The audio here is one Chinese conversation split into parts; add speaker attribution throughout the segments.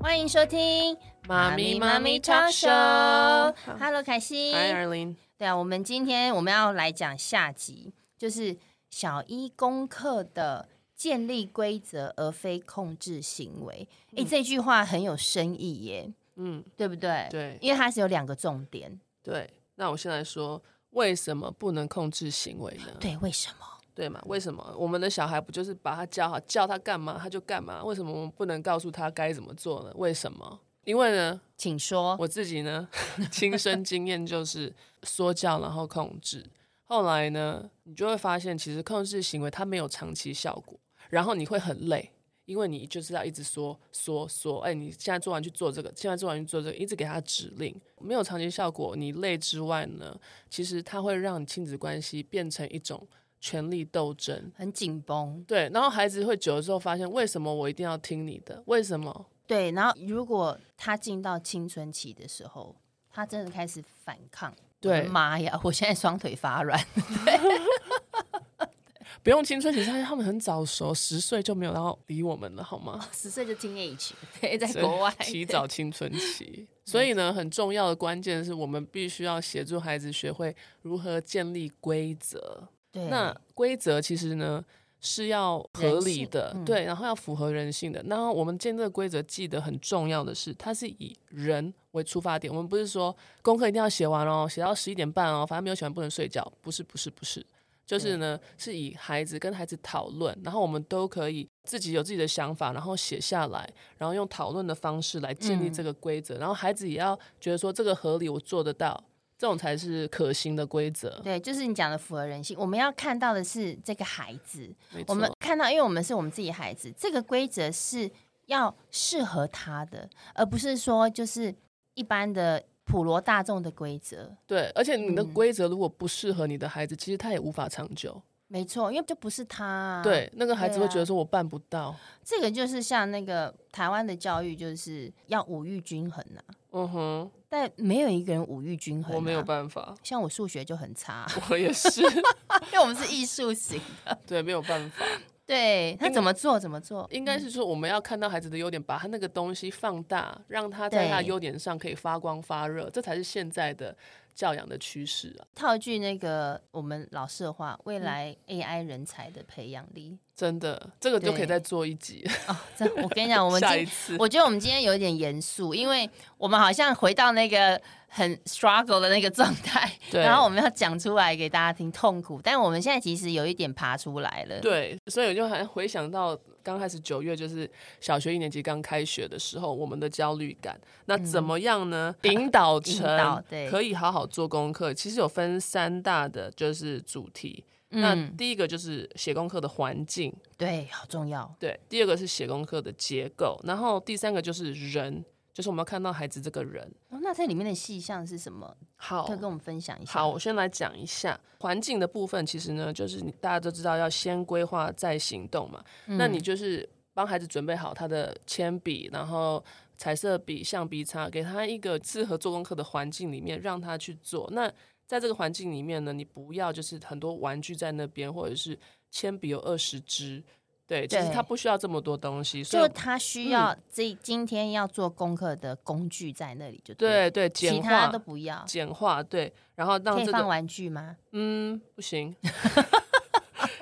Speaker 1: 欢迎收听《
Speaker 2: 妈咪妈咪 talk
Speaker 1: talk
Speaker 2: show
Speaker 1: show Hello，凯西。
Speaker 2: Hi Arlene，
Speaker 1: 对啊，我们今天我们要来讲下集，就是小一功课的建立规则而非控制行为。诶，这句话很有深意耶，
Speaker 2: 嗯，
Speaker 1: 对不对？
Speaker 2: 对
Speaker 1: 因为它是有两个重点。
Speaker 2: 对。那我先来说，为什么不能控制行为呢？
Speaker 1: 对，为什么？
Speaker 2: 对嘛？为什么我们的小孩不就是把他教好，叫他干嘛他就干嘛？为什么我们不能告诉他该怎么做呢？为什么？因为呢，
Speaker 1: 请说。
Speaker 2: 我自己呢 亲身经验就是说教然后控制，后来呢，你就会发现其实控制行为它没有长期效果，然后你会很累。因为你就是要一直说说说，哎、你现在做完去做这个，现在做完去做这个，一直给他指令，没有长期效果。你累之外呢，其实它会让亲子关系变成一种权力斗争。
Speaker 1: 很紧绷，
Speaker 2: 对，然后孩子会久了之后发现，为什么我一定要听你的？为什么？
Speaker 1: 对。然后，如果他进到青春期的时候，他真的开始反抗。
Speaker 2: 对
Speaker 1: 我的妈呀！我现在双腿发软。
Speaker 2: 不用青春期，他他们很早熟，十岁就没有要理我们了，好 吗？
Speaker 1: 十岁就 teenage，对， 在国外
Speaker 2: 所以 提早青春期，所以呢，很重要的关键是我们必须要协助孩子学会如何建立规则。
Speaker 1: 对
Speaker 2: 那规则其实呢是要合理的
Speaker 1: 嗯人，性嗯
Speaker 2: 对，然后要符合人性的。然后我们建这个规则，记得很重要的是，它是以人为出发点。我们不是说功课一定要写完哦，写到十一点半哦，反正没有写完不能睡觉。不是，不是，不是。就是呢，是以孩子跟孩子讨论，然后我们都可以自己有自己的想法，然后写下来，然后用讨论的方式来建立
Speaker 1: 嗯
Speaker 2: 这个规则，然后孩子也要觉得说这个合理，我做得到，这种才是可行的规则。
Speaker 1: 对，就是你讲的符合人性。我们要看到的是这个孩子，
Speaker 2: 没
Speaker 1: 我们
Speaker 2: 错
Speaker 1: 看到，因为我们是我们自己孩子，这个规则是要适合他的，而不是说就是一般的普罗大众的规则。
Speaker 2: 对，而且你的
Speaker 1: 嗯
Speaker 2: 规则如果不适合你的孩子，其实他也无法长久。
Speaker 1: 没错，因为就不是他、啊。
Speaker 2: 对，，那个孩子
Speaker 1: 对
Speaker 2: 会
Speaker 1: 啊
Speaker 2: 觉得说我办不到。
Speaker 1: 这个就是像那个台湾的教育，就是要五育均衡啊，
Speaker 2: 嗯哼，
Speaker 1: 但没有一个人五育均衡、啊
Speaker 2: 我没有。办法，
Speaker 1: 像我数学就很差，
Speaker 2: 我也 是，
Speaker 1: 因为我们是艺术 型的。
Speaker 2: 对，没有办法。
Speaker 1: 对他怎么做怎么做，
Speaker 2: 应该是说我们要看到孩子的优点，把他那个东西放大，让他在他的
Speaker 1: 对
Speaker 2: 优点上可以发光发热，这才是现在的教养的趋势啊！
Speaker 1: 套一句那个我们老师的话，
Speaker 2: 嗯
Speaker 1: 未来 AI 人才的培养力
Speaker 2: 真的，这个就
Speaker 1: 对
Speaker 2: 可以再做一集，
Speaker 1: 哦，这我跟你讲，我们
Speaker 2: 下一
Speaker 1: 今
Speaker 2: 次。
Speaker 1: 我觉得我们今天有点严肃，因为我们好像回到那个很 struggle 的那个状态，
Speaker 2: 对
Speaker 1: 然后我们要讲出来给大家听痛苦，但我们现在其实有一点爬出来了，
Speaker 2: 对，所以我就还回想到刚开始九月，就是小学一年级刚开学的时候，我们的焦虑感。那怎么样呢？嗯引导
Speaker 1: 引
Speaker 2: 成
Speaker 1: 导对
Speaker 2: 可以好好做功课。其实有分三大的就是主题。那
Speaker 1: 嗯，
Speaker 2: 第一个就是写功课的环境，
Speaker 1: 对，好重要，
Speaker 2: 对；第二个是写功课的结构，然后第三个就是人，就是我们要看到孩子这个人。
Speaker 1: 哦那这里面的细项是什么？
Speaker 2: 好
Speaker 1: 可以，跟我们分享一下？
Speaker 2: 好，我先来讲一下环境的部分。其实呢，就是你大家都知道要先规划再行动嘛。
Speaker 1: 嗯，
Speaker 2: 那你就是帮孩子准备好他的铅笔，然后彩色笔、橡皮擦，给他一个适合做功课的环境里面，让他去做。那在这个环境里面呢，你不要就是很多玩具在那边，或者是铅笔有二十支，对，其实
Speaker 1: 对
Speaker 2: 他不需要这么多东西，所
Speaker 1: 就
Speaker 2: 以
Speaker 1: 他
Speaker 2: 嗯
Speaker 1: 需要这今天要做功课的工具在那里就了
Speaker 2: 对对，
Speaker 1: 其
Speaker 2: 简
Speaker 1: 他
Speaker 2: 化
Speaker 1: 都不要，
Speaker 2: 简化对，然后
Speaker 1: 可
Speaker 2: 让哦这
Speaker 1: 以
Speaker 2: 个
Speaker 1: 放玩具吗？
Speaker 2: 嗯，不行。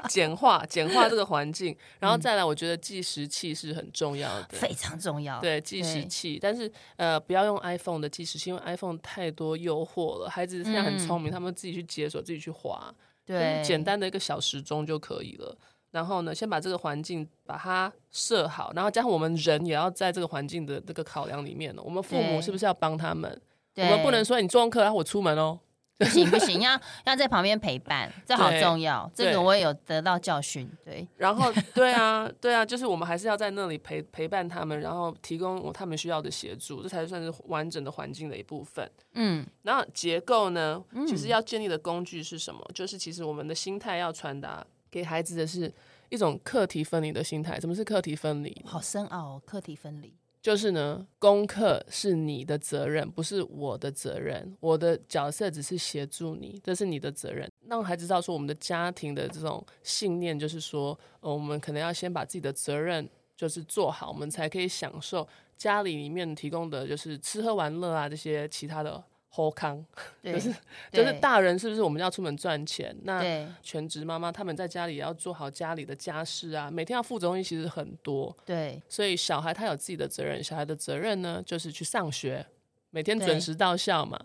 Speaker 2: 简化简化这个环境，然后
Speaker 1: 嗯
Speaker 2: 再来，我觉得计时器是很重要的。
Speaker 1: 非常重要。
Speaker 2: 对计时
Speaker 1: 对
Speaker 2: 器，但是呃，不要用 iPhone 的计时器，因为 iPhone 太多诱惑了。孩子现在很聪明，他们自己去解锁，自己去划，就是
Speaker 1: 嗯对，
Speaker 2: 简单的一个小时钟就可以了。然后呢，先把这个环境把它设好，然后加上我们人也要在这个环境的这个考量里面哦呢。我们父母
Speaker 1: 对
Speaker 2: 是不是要帮他们？我
Speaker 1: 对，
Speaker 2: 们不能说你做功课，然后我出门哦。
Speaker 1: 不行不行，要要在旁边陪伴，这好
Speaker 2: 对
Speaker 1: 重要。这
Speaker 2: 对
Speaker 1: 个我也有得到教训。对，
Speaker 2: 然后，对啊，对啊，就是我们还是要在那里陪陪伴他们，然后提供我他们需要的协助，这才算是完整的环境的一部分。
Speaker 1: 嗯，
Speaker 2: 然后结构呢，其实要建立的工具是什么？就是其实我们的心态要传达给孩子的是一种课题分离的心态。什么是课题分离？
Speaker 1: 好深奥、哦，课题分离。
Speaker 2: 就是呢，功课是你的责任，不是我的责任。我的角色只是协助你，这是你的责任。让孩子知道说，我们的家庭的这种信念就是说，呃，我们可能要先把自己的责任就是做好，我们才可以享受家里里面提供的就是吃喝玩乐啊这些其他的后康。
Speaker 1: 对，
Speaker 2: 就是
Speaker 1: 对
Speaker 2: 就是大人是不是我们要出门赚钱？那
Speaker 1: 对
Speaker 2: 全职妈妈她们在家里也要做好家里的家事啊，每天要负责的东西其实很多，
Speaker 1: 对
Speaker 2: 所以小孩他有自己的责任，小孩的责任呢就是去上学，每天
Speaker 1: 对
Speaker 2: 准时到校嘛，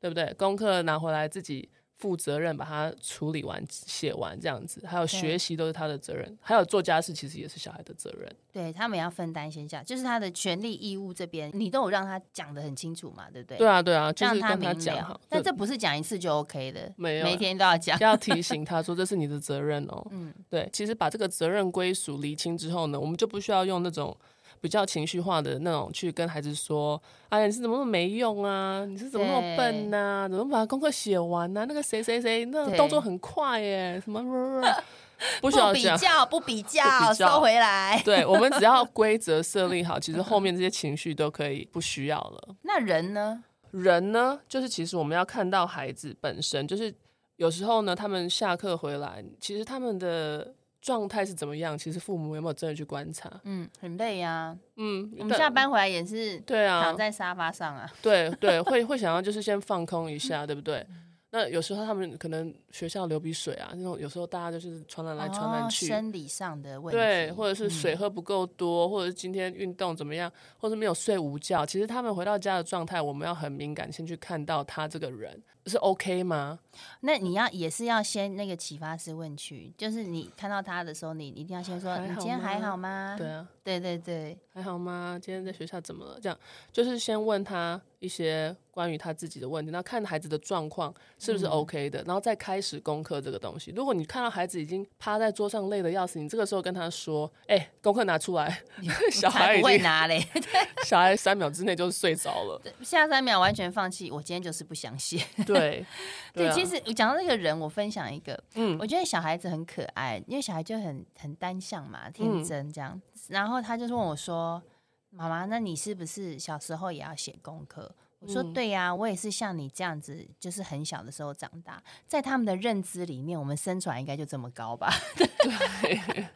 Speaker 2: 对不对？功课拿回来自己负责任把它处理完、写完这样子，还有学习都是他的责任，还有做家事其实也是小孩的责任。
Speaker 1: 对，他们也要分担先下，就是他的权利义务这边，你都有让他讲的很清楚嘛，对不对？
Speaker 2: 对啊，对啊，就是
Speaker 1: 让
Speaker 2: 跟
Speaker 1: 明
Speaker 2: 讲
Speaker 1: 了
Speaker 2: 好，，
Speaker 1: 但
Speaker 2: 对
Speaker 1: 这不是讲一次就 OK 的，
Speaker 2: 没有啊
Speaker 1: 每天都要 讲。
Speaker 2: 要提醒他说这是你的责任哦。
Speaker 1: 嗯，
Speaker 2: 对，其实把这个责任归属厘清之后呢，我们就不需要用那种比较情绪化的那种去跟孩子说：“哎呀，你是怎么那么没用啊？你是怎么那么笨呐、怎么把功课写完啊呐、那个谁谁谁，那个
Speaker 1: 对
Speaker 2: 动作很快耶，什么 不
Speaker 1: 不
Speaker 2: 需要
Speaker 1: 比
Speaker 2: 这样。”
Speaker 1: 较，不比较，
Speaker 2: 不比较
Speaker 1: 收回来。
Speaker 2: 对，我们只要规则设立好，其实后面这些情绪都可以不需要了。
Speaker 1: 那人呢？
Speaker 2: 人呢，就是其实我们要看到孩子本身，就是有时候呢，他们下课回来，其实他们的状态是怎么样，其实父母有没有真的去观察？
Speaker 1: 嗯，很累啊。
Speaker 2: 嗯，
Speaker 1: 我们
Speaker 2: 但
Speaker 1: 下班回来也是
Speaker 2: 对啊
Speaker 1: 躺，在沙发上啊。
Speaker 2: 对对，会会想要就是先放空一
Speaker 1: 嗯
Speaker 2: 下，对不对？那有时候他们可能学校流鼻水啊，那种有时候大家就是传染来传染
Speaker 1: 哦
Speaker 2: 去，
Speaker 1: 生理上的问题，
Speaker 2: 对，或者是水
Speaker 1: 嗯
Speaker 2: 喝不够多，或者是今天运动怎么样，或者是没有睡午觉。其实他们回到家的状态，我们要很敏感，先去看到他这个人是 OK 吗？
Speaker 1: 那你要也是要先那个启发式问句，就是你看到他的时候，你一定要先说：“
Speaker 2: 还
Speaker 1: 你
Speaker 2: 好
Speaker 1: 今天还
Speaker 2: 吗
Speaker 1: 好吗？”
Speaker 2: 对啊，
Speaker 1: 对对对
Speaker 2: 还好吗？今天在学校怎么了？这样就是先问他一些关于他自己的问题，那看孩子的状况是
Speaker 1: 嗯
Speaker 2: 不是 OK 的，然后再开始功课这个东西。如果你看到孩子已经趴在桌上累得要死，你这个时候跟他说：“哎、功课拿出 来。” 小孩
Speaker 1: 才
Speaker 2: 已
Speaker 1: 不会
Speaker 2: 经
Speaker 1: 拿嘞。
Speaker 2: 小孩三秒之内就睡着了。
Speaker 1: 下三秒完全放弃，我今天就是不想写。
Speaker 2: 对，
Speaker 1: 对，
Speaker 2: 啊
Speaker 1: 其实我讲到这个人，我分享一个，
Speaker 2: 嗯
Speaker 1: 我觉得小孩子很可爱，因为小孩就很很单向嘛，天真这样。
Speaker 2: 嗯
Speaker 1: 然后他就问我说：“妈妈，那你是不是小时候也要写功课？”我说：“
Speaker 2: 嗯
Speaker 1: 对呀、我也是像你这样子，就是很小的时候长大。在他们的认知里面，我们生出来应该就这么高吧？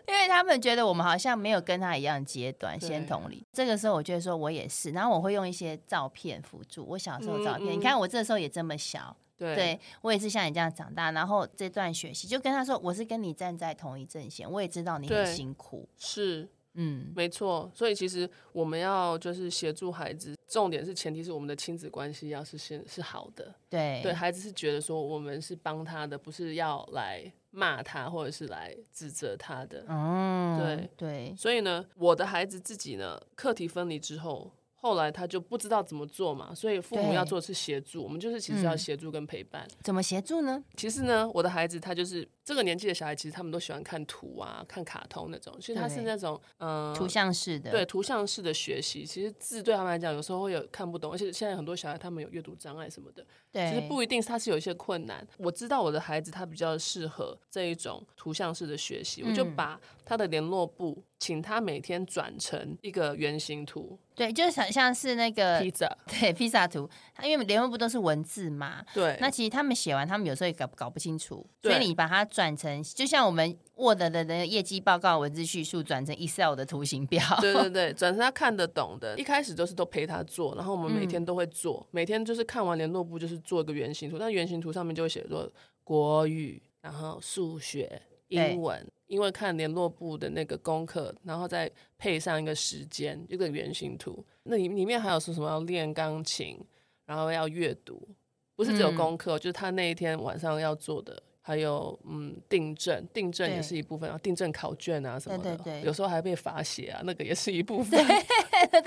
Speaker 1: 因为他们觉得我们好像没有跟他一样阶段，
Speaker 2: 对
Speaker 1: 先同理。这个时候，我就会说我也是，然后我会用一些照片辅助我小时候的照片。
Speaker 2: 嗯嗯
Speaker 1: 你看我这时候也这么小，
Speaker 2: 对
Speaker 1: 对我也是像你这样长大，然后这段学习就跟他说，我是跟你站在同一阵线，我也知道你很
Speaker 2: 对
Speaker 1: 辛苦，
Speaker 2: 是
Speaker 1: 嗯，
Speaker 2: 没错。所以其实我们要就是协助孩子，重点是前提是我们的亲子关系要是先是好的。
Speaker 1: 对
Speaker 2: 对孩子是觉得说我们是帮他的，不是要来骂他或者是来指责他的。
Speaker 1: 嗯，
Speaker 2: 对
Speaker 1: 对
Speaker 2: 所以呢，我的孩子自己呢，课题分离之后，后来他就不知道怎么做嘛，所以父母
Speaker 1: 对
Speaker 2: 要做的是协助，我们就是其实要
Speaker 1: 嗯
Speaker 2: 协助跟陪伴。
Speaker 1: 怎么协助呢？
Speaker 2: 其实呢，我的孩子他就是这个年纪的小孩，其实他们都喜欢看图啊、看卡通那种，其实他是
Speaker 1: 对
Speaker 2: 那种嗯、呃
Speaker 1: 图像式的，
Speaker 2: 对，图像式的学习，其实字对他们来讲有时候会有看不懂，而且现在很多小孩他们有阅读障碍什么的，
Speaker 1: 对，
Speaker 2: 其实不一定，他是有一些困难。我知道我的孩子他比较适合这一种图像式的学习，我就
Speaker 1: 嗯
Speaker 2: 把他的联络簿，请他每天转成一个圆形图
Speaker 1: 对，就是很像是那个
Speaker 2: pizza，
Speaker 1: 对披萨图，它因为联络部都是文字嘛。
Speaker 2: 对，
Speaker 1: 那其实他们写完，他们有时候也搞搞不清楚，所
Speaker 2: 对
Speaker 1: 以你把它转成，就像我们 Word 的那个业绩报告文字叙述转成 Excel 的图形表，
Speaker 2: 对对对，转成他看得懂的。一开始都是都陪他做，然后我们每
Speaker 1: 嗯
Speaker 2: 天都会做，每天就是看完联络簿就是做一个圆形图，那圆形图上面就会写说国语，然后数学、
Speaker 1: 对
Speaker 2: 英文，因为看联络簿的那个功课，然后再配上一个时间，一个圆形图。那里里面还有说什么要练钢琴，然后要阅读，不是只有
Speaker 1: 嗯
Speaker 2: 功课，就是他那一天晚上要做的。还有，嗯，订正，订正也
Speaker 1: 对
Speaker 2: 是一部分，然后订正考卷啊什么
Speaker 1: 对
Speaker 2: 的，
Speaker 1: 对对
Speaker 2: 有时候还被罚写啊，那个也是 一部分，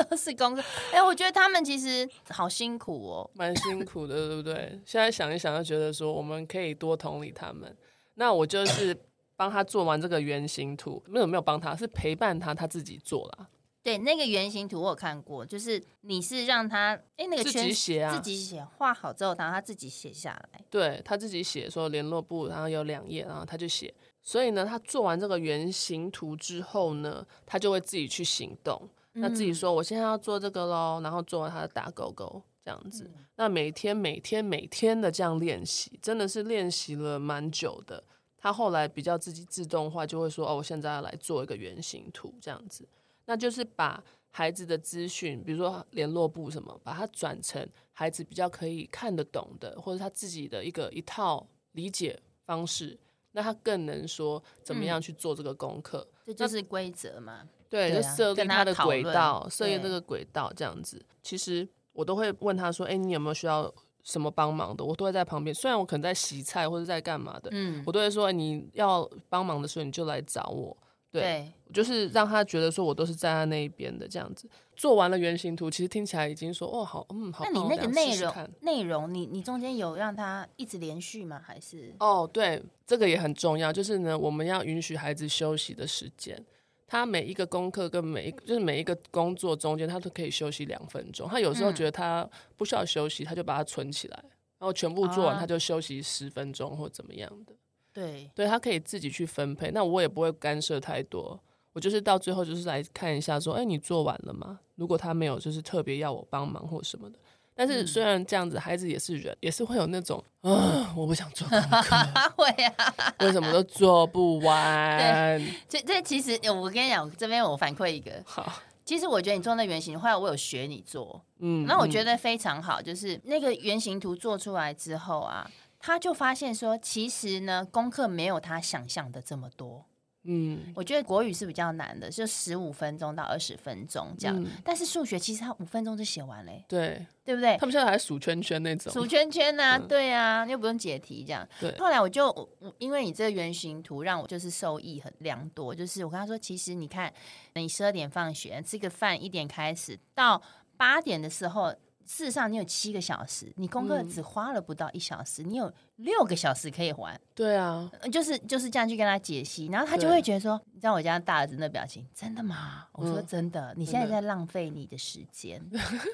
Speaker 1: 都是功课。哎、我觉得他们其实好辛苦哦，
Speaker 2: 蛮辛苦的，对不对？现在想一想，就觉得说我们可以多同理他们。那我就是 帮他做完这个原型图，没有没有帮他，是陪伴他，他自己做啦，
Speaker 1: 对，那个圆形图我有看过，就是你是让他哎、那个
Speaker 2: 自
Speaker 1: 圈
Speaker 2: 己写啊
Speaker 1: 自，己写画好之后，然后他自己写下来。
Speaker 2: 对他自己写说联络簿，然后有两页，然后他就写。所以呢，他做完这个原型图之后呢，他就会自己去行动。嗯那自己
Speaker 1: 嗯
Speaker 2: 说我现在要做这个喽，然后做完他的打勾勾这样子。那每天每天每天的这样练习，真的是练习了蛮久的。他后来比较自己自动化，就会说哦，我现在要来做一个原型图这样子。那就是把孩子的资讯，比如说联络簿什么，把它转成孩子比较可以看得懂的，或者他自己的一个一套理解方式，那他更能说怎么样去做这个功课。
Speaker 1: 嗯这就是规则嘛。
Speaker 2: 对，
Speaker 1: 对
Speaker 2: 就
Speaker 1: 啊
Speaker 2: 设定
Speaker 1: 跟
Speaker 2: 他
Speaker 1: 他
Speaker 2: 的
Speaker 1: 讨
Speaker 2: 轨
Speaker 1: 论
Speaker 2: 道，设定
Speaker 1: 对
Speaker 2: 这个轨道这样子。其实我都会问他说：“哎、你有没有需要什么帮忙的？”我都会在旁边，虽然我可能在洗菜或者在干嘛的，
Speaker 1: 嗯，
Speaker 2: 我都会说：“你要帮忙的时候你就来找我。”对，
Speaker 1: 对，
Speaker 2: 就是让他觉得说我都是在他那一边的这样子。做完了原型图，其实听起来已经说：“哦，好，嗯，好
Speaker 1: 那
Speaker 2: 棒。”
Speaker 1: 你那个
Speaker 2: 这样
Speaker 1: 内
Speaker 2: 试试
Speaker 1: 容
Speaker 2: 看
Speaker 1: 内容，你你中间有让他一直连续吗？还是
Speaker 2: 哦，对，这个也很重要，就是呢，我们要允许孩子休息的时间。他每一个功课跟每一个就是每一个工作中间，他都可以休息两分钟。他有时候
Speaker 1: 嗯
Speaker 2: 觉得他不需要休息，他就把它存起来，然后全部做完，
Speaker 1: 啊
Speaker 2: 他就休息十分钟或怎么样的。
Speaker 1: 对
Speaker 2: 对他可以自己去分配，那我也不会干涉太多。我就是到最后就是来看一下，说，哎，你做完了吗？如果他没有，就是特别要我帮忙或什么的。但是虽然这样子，孩子也是人，也是会有那种，啊，我不想做功课，
Speaker 1: 啊会啊？
Speaker 2: 为什么都做 不完？
Speaker 1: 这这其实呃我跟你讲，这边我反馈一个，
Speaker 2: 好，
Speaker 1: 其实我觉得你做那原型，后来我有学你做，
Speaker 2: 嗯
Speaker 1: 那我觉
Speaker 2: 得
Speaker 1: 得非常好，就是那个原型图做出来之后啊，他就发现说，其实呢，功课没有他想象的这么多。
Speaker 2: 嗯，
Speaker 1: 我觉得国语是比较难的，就十五分钟到二十分钟这样，
Speaker 2: 嗯
Speaker 1: 但是数学其实他五分钟就写完嘞，
Speaker 2: 对
Speaker 1: 对不对？
Speaker 2: 他们现在还数圈圈那种，
Speaker 1: 数圈圈呐、啊，
Speaker 2: 嗯
Speaker 1: 对啊，又不用解题这样。
Speaker 2: 对
Speaker 1: 后来我就我我因为你这个原型图让我就是受益很良多，就是我跟他说，其实你看，你十二点放学，吃个饭一点开始，到八点的时候，事实上你有七个小时，你功课
Speaker 2: 嗯
Speaker 1: 只花了不到一小时，你有六个小时可以玩，
Speaker 2: 对啊，
Speaker 1: 呃就是就是这样去跟他解析，然后他就
Speaker 2: 对
Speaker 1: 会觉得说，你知道我家大儿子那表情，真的吗？我说
Speaker 2: 嗯
Speaker 1: 真的，你现在
Speaker 2: 真
Speaker 1: 在
Speaker 2: 的
Speaker 1: 浪费你的时 间，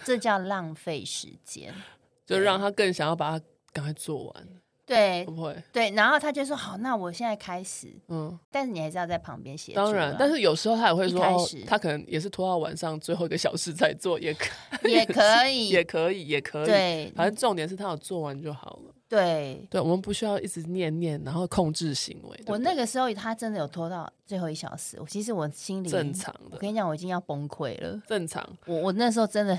Speaker 1: 这叫浪费时间。
Speaker 2: 就让他更想要把它赶快做完，
Speaker 1: 对
Speaker 2: 会不会？
Speaker 1: 对，然后他就说好，那我现在开始，
Speaker 2: 嗯，
Speaker 1: 但是你还是要在旁边协助啦。
Speaker 2: 当然，但是有时候他也会
Speaker 1: 一
Speaker 2: 说，
Speaker 1: 开
Speaker 2: 哦
Speaker 1: 始
Speaker 2: 他可能也是拖到晚上最后一个小时才做，也可
Speaker 1: 也可以，
Speaker 2: 也可以，也可以。
Speaker 1: 对
Speaker 2: 反正重点是他有做完就好了。
Speaker 1: 对。
Speaker 2: 对，我们不需要一直念念，然后控制行为。对不
Speaker 1: 我
Speaker 2: 对
Speaker 1: 那个时候他真的有拖到最后一小时，我其实我心里
Speaker 2: 正常
Speaker 1: 我
Speaker 2: 的，
Speaker 1: 跟你讲，我已经要崩溃 了。
Speaker 2: 正常。
Speaker 1: 我我那时候真的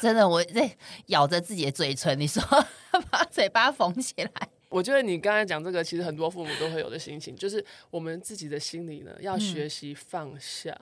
Speaker 1: 真的我在咬着自己的嘴唇，你说 把嘴巴缝起来，
Speaker 2: 我觉得你刚才讲这个，其实很多父母都会有的心情，就是我们自己的心理呢，
Speaker 1: 嗯
Speaker 2: 要学习放下。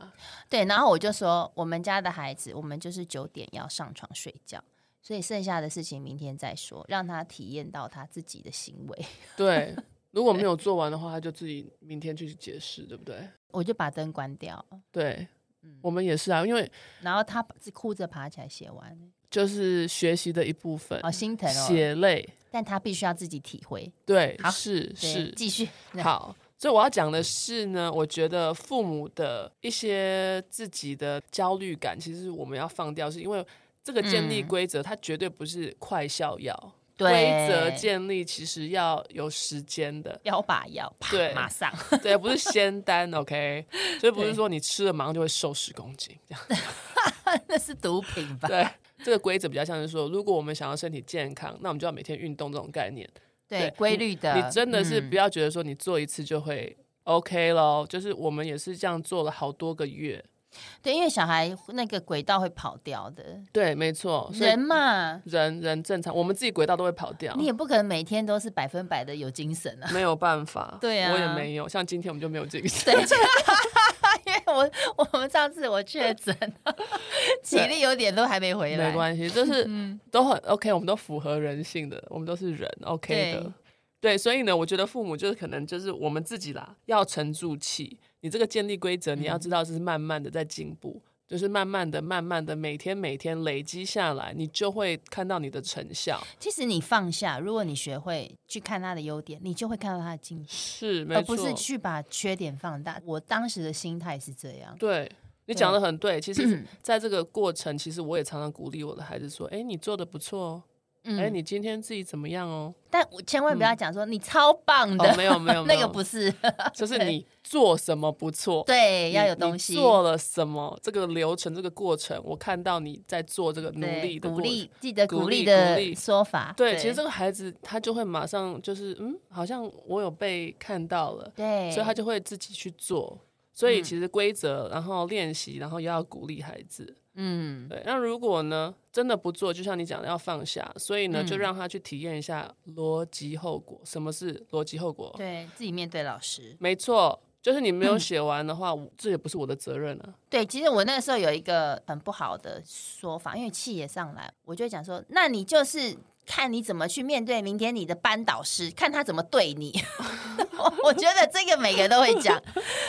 Speaker 1: 对。然后我就说，我们家的孩子，我们就是九点要上床睡觉，所以剩下的事情明天再说，让他体验到他自己的行为。
Speaker 2: 对，如果没有做完的话，他就自己明天去解释，对不对？
Speaker 1: 我就把灯关掉，
Speaker 2: 对，
Speaker 1: 嗯
Speaker 2: 我们也是啊，因为
Speaker 1: 然后他是哭着爬起来写完，
Speaker 2: 就是学习的一部分，
Speaker 1: 好心疼哦。
Speaker 2: 血泪。
Speaker 1: 但他必须要自己体会。
Speaker 2: 对，
Speaker 1: 好
Speaker 2: 是
Speaker 1: 对
Speaker 2: 是，
Speaker 1: 继续。
Speaker 2: 好，所以我要讲的是呢，我觉得父母的一些自己的焦虑感，其实我们要放掉，是因为这个建立
Speaker 1: 嗯
Speaker 2: 规则，它绝对不是快效药。
Speaker 1: 对，
Speaker 2: 规则建立其实要有时间的
Speaker 1: 要把药，啪
Speaker 2: 对
Speaker 1: 马上。
Speaker 2: 对，不是仙丹，OK，所以不是
Speaker 1: 对
Speaker 2: 说你吃了马上就会瘦十公斤这样。
Speaker 1: 那是毒品吧？
Speaker 2: 对，这个规则比较像是说，如果我们想要身体健康，那我们就要每天运动这种概念。对
Speaker 1: 对，规律的。
Speaker 2: 你真的是
Speaker 1: 嗯
Speaker 2: 不要觉得说你做一次就会 OK 咯，就是我们也是这样做了好多个月。
Speaker 1: 对，因为小孩那个轨道会跑掉的。
Speaker 2: 对，没错，哦所以
Speaker 1: 人嘛，
Speaker 2: 人人正常，我们自己轨道都会跑掉，
Speaker 1: 你也不可能每天都是百分百的有精神啊。
Speaker 2: 没有办法。
Speaker 1: 对啊
Speaker 2: 我也没有，像今天我们就没有精神。
Speaker 1: 对， 因为我我们上次我确诊，体力有点都还没回来。嗯
Speaker 2: 没关系，就是都很 OK，我们都符合人性的，我们都是人 OK 的
Speaker 1: 对。
Speaker 2: 对，所以呢，我觉得父母就是可能就是我们自己啦，要沉住气。你这个建立规则，你
Speaker 1: 嗯
Speaker 2: 要知道这是慢慢的在进步，就是慢慢的、慢慢的，每天每天累积下来，你就会看到你的成效。
Speaker 1: 其实你放下，如果你学会去看他的优点，你就会看到他的进步，
Speaker 2: 是，没
Speaker 1: 而
Speaker 2: 错，
Speaker 1: 不是去把缺点放大。我当时的心态是这样，
Speaker 2: 对你
Speaker 1: 对嗯
Speaker 2: 讲的很对，其实在这个过程，其实我也常常鼓励我的孩子说：“哎，你做的不错哦，
Speaker 1: 嗯，
Speaker 2: 哎，你今天自己怎么样哦
Speaker 1: 但我千万不要讲说、你超棒？”的，
Speaker 2: 哦，没有没有，没
Speaker 1: 那
Speaker 2: 有
Speaker 1: 个不是，
Speaker 2: 就是你做什么不错，
Speaker 1: 对，
Speaker 2: 你，
Speaker 1: 要有东西
Speaker 2: 你做了什么，这个流程这个过程，我看到你在做这个努
Speaker 1: 对
Speaker 2: 力的
Speaker 1: 鼓
Speaker 2: 过程
Speaker 1: 励，记得
Speaker 2: 鼓
Speaker 1: 鼓励
Speaker 2: 励鼓
Speaker 1: 的
Speaker 2: 励
Speaker 1: 说法，
Speaker 2: 对，其实这个孩子他就会马上就是嗯，好像我有被看到了，
Speaker 1: 对，嗯
Speaker 2: 所以他就会自己去做。所以其实规则，然后练习，然后也要鼓励孩子。
Speaker 3: 嗯，
Speaker 2: 对，那如果呢真的不做，就像你讲的要放下，所以呢
Speaker 3: 嗯
Speaker 2: 就让他去体验一下逻辑后果。什么是逻辑后果？
Speaker 1: 对嗯自己面对老师。
Speaker 2: 没错，就是你没有写完的话，我这也不是我的责任啊。
Speaker 1: 对，其实我那个时候有一个很不好的说法，因为气也上来，我就会讲说，那你就是看你怎么去面对明天你的班导师，看他怎么对你。 我我觉得这个每个人都会讲，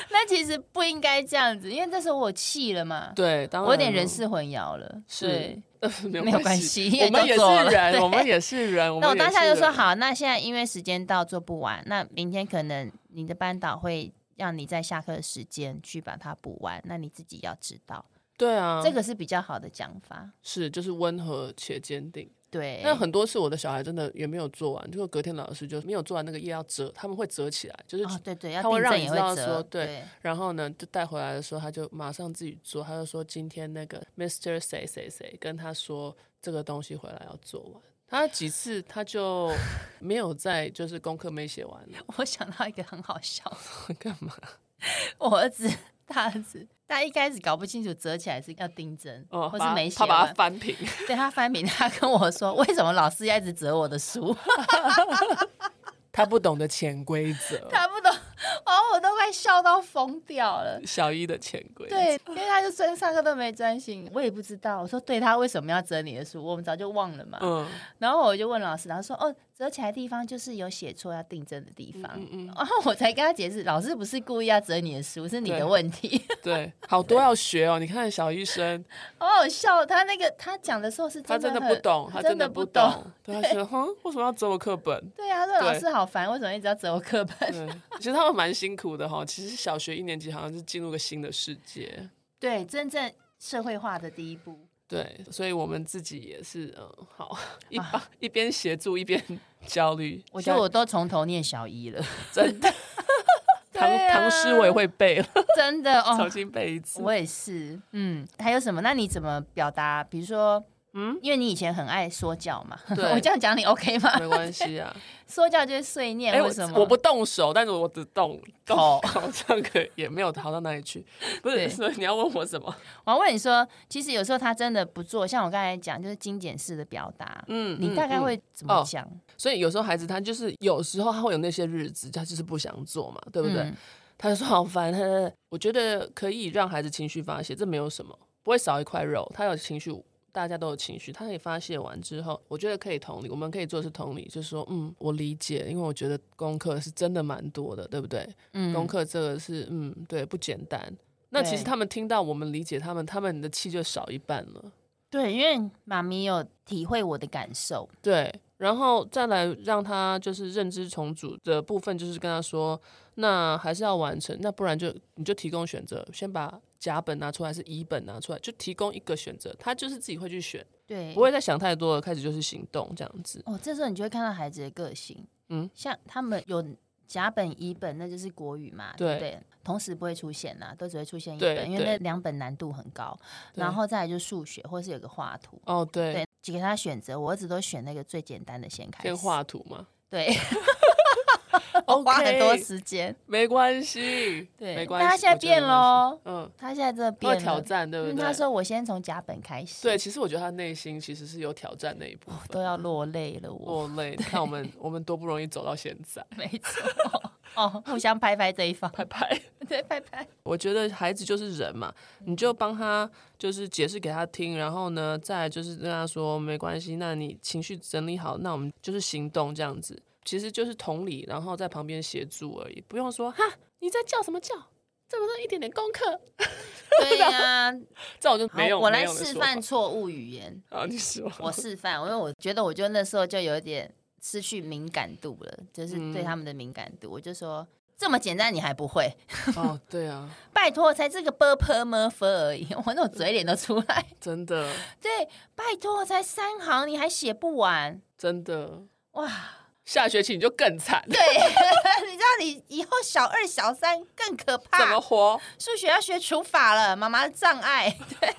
Speaker 1: 那其实不应该这样子，因为这时候我气了嘛，
Speaker 2: 对，当然
Speaker 1: 我有点人
Speaker 2: 了
Speaker 1: 事混淆了，
Speaker 2: 是
Speaker 1: 对。
Speaker 2: 没
Speaker 1: 没有关系因为
Speaker 2: 我们
Speaker 1: 都
Speaker 2: 也
Speaker 1: 做
Speaker 2: 是
Speaker 1: 了
Speaker 2: 人，
Speaker 1: 对
Speaker 2: 我们也是人。
Speaker 1: 那我
Speaker 2: 们也
Speaker 1: 当下
Speaker 2: 是
Speaker 1: 就说
Speaker 2: 人，
Speaker 1: 好，那现在因为时间到做不完，那明天可能你的班导会让你在下课的时间去把它补完，那你自己要知道，
Speaker 2: 对啊，
Speaker 1: 这个是比较好的讲法。
Speaker 2: 是就是温和且坚定。
Speaker 1: 对，哦
Speaker 2: 但很多次我的小孩真的也没有做完，就是隔天老师就没有做完那个页要折，他们会折起来，就是
Speaker 1: 哦，对对，要
Speaker 2: 他会
Speaker 1: 订
Speaker 2: 让
Speaker 1: 正
Speaker 2: 你
Speaker 1: 也
Speaker 2: 知道
Speaker 1: 会
Speaker 2: 说
Speaker 1: 折，
Speaker 2: 对然后呢，就带回来的时候，他就马上自己做。他就说今天那个 Mr 谁谁谁跟他说这个东西回来要做完。他几次 他就没有在，就是功课没写完了，
Speaker 1: 我想到一个很好笑，
Speaker 2: 干嘛？
Speaker 1: 我儿子大儿子，他一开始搞不清楚折起来是要订正，
Speaker 2: 哦，
Speaker 1: 或
Speaker 2: 把
Speaker 1: 是
Speaker 2: 它
Speaker 1: 没写
Speaker 2: 他把
Speaker 1: 完
Speaker 2: 它，翻平，
Speaker 1: 对他翻明，他跟我说为什么老师要一直折我的书，
Speaker 2: 他不懂得潜规则，
Speaker 1: 他不懂，哦，我都快笑到疯掉了。
Speaker 2: 小一的潜规则。
Speaker 1: 对，因为他就真上课都没专心，我也不知道。我说对他为什么要折你的书，我们早就忘了嘛。
Speaker 2: 嗯，
Speaker 1: 然后我就问老师，然后说哦，折起来的地方就是有写错要订正的地方。
Speaker 2: 嗯嗯嗯
Speaker 1: 然后我才跟他解释，老师不是故意要折你的书，是你
Speaker 2: 对
Speaker 1: 的问题。
Speaker 2: 对，好多要学哦。你看小医生，
Speaker 1: 好好笑，他那个他讲的时候是
Speaker 2: 他
Speaker 1: 真
Speaker 2: 真的
Speaker 1: 很
Speaker 2: 不懂，他
Speaker 1: 真
Speaker 2: 的
Speaker 1: 不
Speaker 2: 不。懂。对，他说，哼，为什么要折我课本？
Speaker 1: 对啊，他说
Speaker 2: 对
Speaker 1: 老师好烦，为什么一直要折我课 本？
Speaker 2: 对，其实他们蛮辛苦的哈、其实小学一年级好像是进入个新的世界，
Speaker 1: 对，真正社会化的第一步。
Speaker 2: 对，所以我们自己也是，嗯，好，一帮一边协助一边焦虑。
Speaker 1: 啊我觉得我都从头念小一 了，
Speaker 2: 现在真的 唐
Speaker 1: 对啊
Speaker 2: 唐诗我也会背了，
Speaker 1: 真的哦，
Speaker 2: 重新背一次。
Speaker 1: 我也是，嗯，还有什么？那你怎么表达？比如说，嗯，因为你以前很爱说教嘛，
Speaker 2: 对
Speaker 1: 我这样讲你 OK 吗？
Speaker 2: 没关系 啊，
Speaker 1: 说教就是碎念，
Speaker 2: 哎，
Speaker 1: 为
Speaker 2: 我
Speaker 1: 什么？
Speaker 2: 我不动手，但是我只动动
Speaker 1: 口
Speaker 2: 口，这个也没有逃到哪里去。不是，
Speaker 1: 对
Speaker 2: 所以你要问我什么？
Speaker 1: 我要问你说，其实有时候他真的不做，像我刚才讲，就是精简式的表达，
Speaker 2: 嗯
Speaker 1: 你大概。
Speaker 2: 嗯嗯
Speaker 1: 会怎
Speaker 2: 哦
Speaker 1: 么讲？
Speaker 2: 所以有时候孩子他就是有时候他会有那些日子，他就是不想做嘛，对不对？
Speaker 1: 嗯
Speaker 2: 他就说好烦，他他我觉得可以让孩子情绪发泄，这没有什么，不会少一块肉。他有情绪，大家都有情绪，他可以发泄完之后，我觉得可以同理，我们可以做的是同理，就是说，嗯，我理解，因为我觉得功课是真的蛮多的，对不对？
Speaker 1: 嗯
Speaker 2: 功课这个是，嗯，对，不简单。那其实
Speaker 1: 对
Speaker 2: 他们听到我们理解他们，他们的气就少一半了。
Speaker 1: 对，因为妈咪有体会我的感受，
Speaker 2: 对，然后再来让他就是认知重组的部分，就是跟他说，那还是要完成，那不然就你就提供选择，先把甲本拿出来，还是乙本拿出来，就提供一个选择，他就是自己会去选，
Speaker 1: 对，
Speaker 2: 不会再想太多了，开始就是行动这样子。
Speaker 1: 哦，这时候你就会看到孩子的个性，
Speaker 2: 嗯
Speaker 1: 嗯，像他们有甲本、乙本，那就是国语嘛，
Speaker 2: 对
Speaker 1: 对不对？同时不会出现呐、都只会出现一
Speaker 2: 对
Speaker 1: 本，因为
Speaker 2: 对
Speaker 1: 那两本难度很高。
Speaker 2: 对
Speaker 1: 然后再来就是数学，或是有个画图，
Speaker 2: 哦，对，
Speaker 1: 对，只给他选择。我儿子都选那个最简单的先开始，
Speaker 2: 先画图 嘛，
Speaker 1: 对，
Speaker 2: OK
Speaker 1: 花很多时间。
Speaker 2: 没关系，
Speaker 1: 对
Speaker 2: 没关系。
Speaker 1: 但他现在
Speaker 2: 我觉得没
Speaker 1: 变
Speaker 2: 关
Speaker 1: 咯
Speaker 2: 系，嗯，
Speaker 1: 他现在真的
Speaker 2: 他
Speaker 1: 变
Speaker 2: 会
Speaker 1: 了
Speaker 2: 挑，战，对不
Speaker 1: 因为
Speaker 2: 对？
Speaker 1: 他说我先从甲本开始，
Speaker 2: 对，，其实我觉得他内心其实是有挑战那一部
Speaker 1: 都
Speaker 2: 分。
Speaker 1: 要落泪了我，
Speaker 2: 落泪，你看我们我们多不容易走到现在，
Speaker 1: 没错。哦，互相拍拍这一方，
Speaker 2: 拜拜。
Speaker 1: 对，拍拍。
Speaker 2: 我觉得孩子就是人嘛，你
Speaker 1: 嗯
Speaker 2: 就帮他就是解释给他听，然后呢，再来就是跟他说没关系，那你情绪整理好，那我们就是行动这样子，其实就是同理，然后在旁边协助而已，不用说哈你在叫什么叫，这不是一点点功课，
Speaker 1: 对呀、
Speaker 2: 这种就
Speaker 1: 好
Speaker 2: 没有
Speaker 1: 我来
Speaker 2: 没有的
Speaker 1: 示
Speaker 2: 说法
Speaker 1: 范错误语言。
Speaker 2: 啊，你说
Speaker 1: 我示范，因为我觉得我就那时候就有点失去敏感度了，就是对他们的敏感度。我就说这么简单你还不会，
Speaker 2: 哦，对啊，
Speaker 1: 拜托，才这个 b p m f 而已， 我那种嘴脸都出来。
Speaker 2: 真的
Speaker 1: 对，拜托，才三行你还写不完，
Speaker 2: 真的，
Speaker 1: 哇！
Speaker 2: 下学期你就更惨，
Speaker 1: 对，你知道你以后小二、小三更可怕，
Speaker 2: 怎么活？
Speaker 1: 数学要学除法了，妈妈的障碍。 对，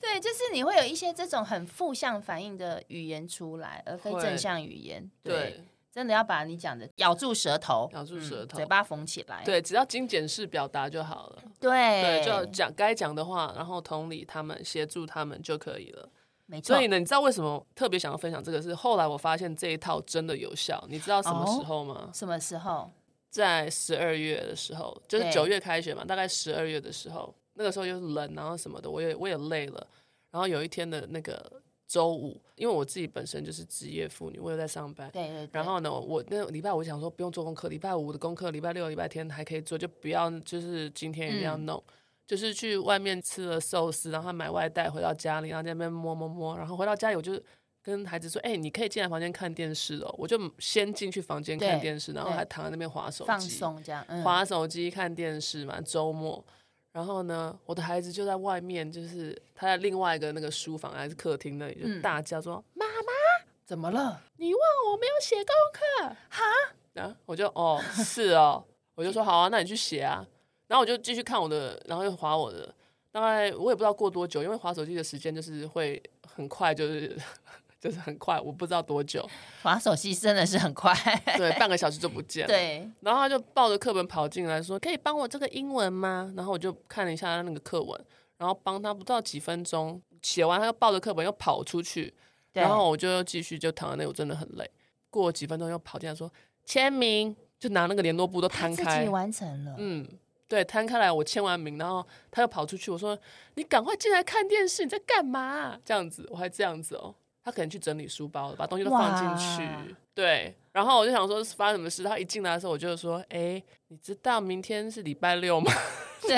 Speaker 1: 对，就是你会有一些这种很负向反应的语言出来，而非
Speaker 2: 会
Speaker 1: 正向语言。对，
Speaker 2: 对，
Speaker 1: 真的要把你讲的咬住舌头，嗯
Speaker 2: 咬住舌头
Speaker 1: 嘴巴缝起来。
Speaker 2: 对，只要精简式表达就好了。对，
Speaker 1: 对
Speaker 2: 就讲该讲的话，然后同理他们，协助他们就可以了。
Speaker 1: 没错
Speaker 2: 所。以呢，你知道为什么特别想要分享这个是？后来我发现这一套真的有效，你知道什
Speaker 1: 哦
Speaker 2: 么时候吗？
Speaker 1: 什么时候？
Speaker 2: 在十二月的时候，就是
Speaker 1: 对
Speaker 2: 九月开学嘛，大概十二月的时候，那个时候又是冷，然后什么的，我也我也累了。然后有一天的那个周五，因为我自己本身就是职业妇女，我有在上班，
Speaker 1: 对对对。
Speaker 2: 然后呢，我那礼拜我想说不用做功课，礼拜五的功课，礼拜六、礼拜天还可以做，就不要就是今天一定
Speaker 1: 嗯
Speaker 2: 要弄。就是去外面吃了寿司，然后买外带回到家里，然后在那边摸摸摸，然后回到家里我就跟孩子说：“哎、你可以进来房间看电视哦。”我就先进去房间看
Speaker 1: 对
Speaker 2: 电视，然后
Speaker 1: 对
Speaker 2: 还躺在那边划手机，
Speaker 1: 放松这样，嗯，
Speaker 2: 划手机、看电视嘛，周末。然后呢，我的孩子就在外面，就是他在另外一个那个书房还是客厅那里，就
Speaker 1: 嗯
Speaker 2: 大叫说：“
Speaker 1: 怎么了？
Speaker 2: 你忘了我没有写功课？哈？然后我就哦，是哦， 我就说好啊，那你去写啊。然后我就继续看我的，然后又划我的。大概我也不知道过多久，因为划手机的时间就是会很快，就是 就是很快，我不知道多久，
Speaker 1: 划手机真的是很快，
Speaker 2: 对，半个小时就不见了。
Speaker 1: 对，
Speaker 2: 然后他就抱着课本跑进来说：“可以帮我这个英文吗？”然后我就看了一下他那个课文，然后帮他不到几分钟写完，他又抱着课本又跑出去，
Speaker 1: 对
Speaker 2: 然后我就又继续就躺在那里，我真的很累。过了几分钟又跑进来说：“签名！”就拿那个联络簿都
Speaker 1: 他
Speaker 2: 摊
Speaker 1: 自
Speaker 2: 开
Speaker 1: 己，完成了，
Speaker 2: 嗯，对，摊开来我签完名，然后他又跑出去，我说：“你赶快进来看电视，你在干嘛、这样子，我还这样子哦。他可能去整理书包了，把东西都放进
Speaker 1: 哇
Speaker 2: 去。对，然后我就想说是发生什么事。他一进来的时候，我就说：“哎，你知道明天是礼拜六吗？”
Speaker 1: 对。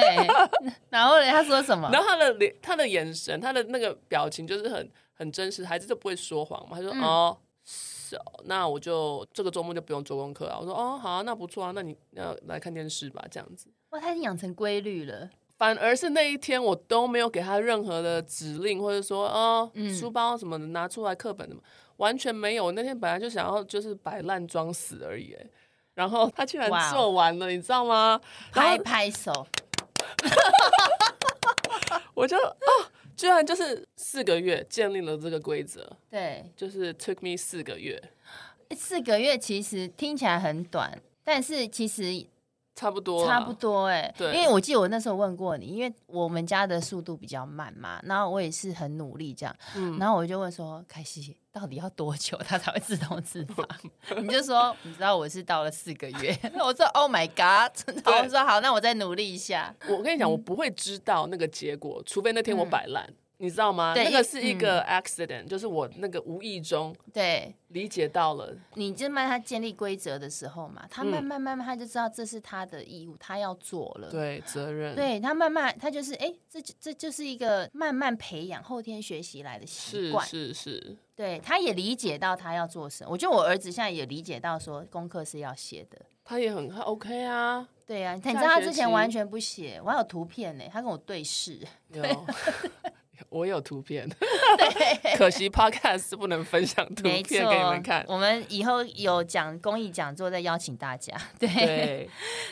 Speaker 1: 然后人家说什么？
Speaker 2: 然后他的脸、他的眼神、他的那个表情就是很很真实，孩子就不会说谎嘛。他就说、
Speaker 1: 嗯
Speaker 2: 哦，是哦，那我就这个周末就不用做功课啊。我说哦，好啊、那不错啊，那你要来看电视吧，这样子。
Speaker 1: 哇，他已经养成规律了，
Speaker 2: 反而是那一天，我都没有给他任何的指令，或者说，哦，
Speaker 1: 嗯
Speaker 2: 书包什么的拿出来，课本什么，完全没有。那天本来就想要就是摆烂装死而已，哎然后他居然
Speaker 1: 哇哦
Speaker 2: 做完了，你知道吗？然后
Speaker 1: 拍拍手，
Speaker 2: 我就哦，居然就是四个月建立了这个规则，
Speaker 1: 对，
Speaker 2: 就是 took me 四个月，
Speaker 1: 四个月其实听起来很短，但是其实
Speaker 2: 差不多啦，啊
Speaker 1: 差不多哎、
Speaker 2: 对
Speaker 1: 因为我记得我那时候问过你，因为我们家的速度比较慢嘛，然后我也是很努力这样，
Speaker 2: 嗯
Speaker 1: 然后我就问说，凯西到底要多久它才会自动自发？ 你就说你知道我是到了四个月， 我说 Oh my God，然后我说好，那我再努力一下，
Speaker 2: 我跟你
Speaker 1: 嗯
Speaker 2: 讲，我不会知道那个结果，除非那天我摆烂，你知道吗？
Speaker 1: 对嗯
Speaker 2: 那个
Speaker 1: 一
Speaker 2: 是一个 accident，、就是我那个无意中
Speaker 1: 对。
Speaker 2: 理解到了。
Speaker 1: 你就慢慢他建立规则的时候嘛，他
Speaker 2: 嗯
Speaker 1: 慢慢慢慢他就知道这是他的义务，他要做了。
Speaker 2: 对责任，
Speaker 1: 呃对他慢慢，他就是哎、诶这就这就是一个慢慢培养后天学习来的习
Speaker 2: 是
Speaker 1: 惯。
Speaker 2: 是是，
Speaker 1: 对，他也理解到他要做什么。我觉得我儿子现在也理解到说功课是要写的。
Speaker 2: 他也很他 OK 啊，
Speaker 1: 对啊，
Speaker 2: 下
Speaker 1: 但你知道他
Speaker 2: 学
Speaker 1: 之前
Speaker 2: 期
Speaker 1: 完全不写，我还有图片呢，他跟我对视。
Speaker 2: 有我有 图片，可惜 Podcast 不能分享图
Speaker 1: 没
Speaker 2: 片
Speaker 1: 错
Speaker 2: 给你们看，。
Speaker 1: 我们以后有讲公益讲座再邀请大家。 对
Speaker 2: 对，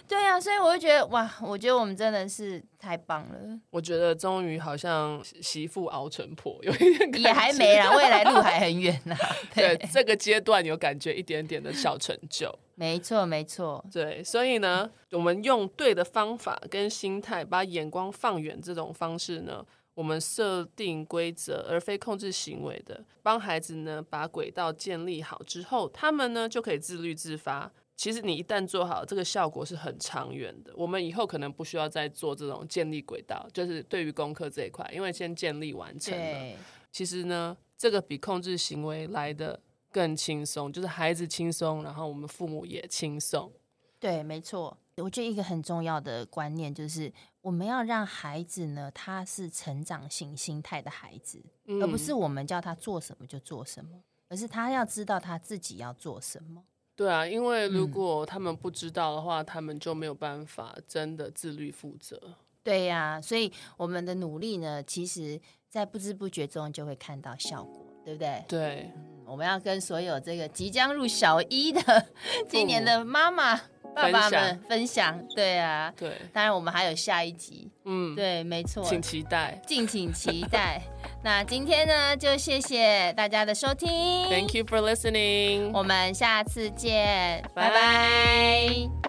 Speaker 1: 对啊，所以我就觉得哇，我觉得我们真的是太棒了，
Speaker 2: 我觉得终于好像媳妇熬成婆，有一点感
Speaker 1: 也还
Speaker 2: 觉
Speaker 1: 没啦，啊未来路还很远 呐。
Speaker 2: 对这个阶段有感觉一点点的小成就。
Speaker 1: 没错，没错，
Speaker 2: 对，所以呢，我们用对的方法跟心态，把眼光放远这种方式呢，我们设定规则而非控制行为的，帮孩子呢把轨道建立好之后，他们呢就可以自律自发。其实你一旦做好，这个效果是很长远的。我们以后可能不需要再做这种建立轨道，就是对于功课这一块，因为先建立完成了。
Speaker 1: 对，
Speaker 2: 其实呢，这个比控制行为来的更轻松，就是孩子轻松，然后我们父母也轻松。
Speaker 1: 对，没错。我觉得一个很重要的观念就是，我们要让孩子呢，他是成长型心态的孩子，
Speaker 2: 嗯
Speaker 1: 而不是我们叫他做什么就做什么，而是他要知道他自己要做什么。
Speaker 2: 对啊，因为如
Speaker 1: 嗯
Speaker 2: 果他们不知道的话，他们就没有办法真的自律负责。
Speaker 1: 对呀、所以我们的努力呢，其实在不知不觉中就会看到效果，对不对？
Speaker 2: 对，
Speaker 1: 嗯我们要跟所有这个即将入小一的今年的妈妈、爸爸们分享。对啊，
Speaker 2: 对，
Speaker 1: 当然我们还有下一集，
Speaker 2: 嗯，
Speaker 1: 对，没错，
Speaker 2: 请期待。
Speaker 1: 敬请期待。那今天呢，就谢谢大家的收听
Speaker 2: Thank you for listening.
Speaker 1: 我们下次见，拜
Speaker 2: 拜
Speaker 1: 拜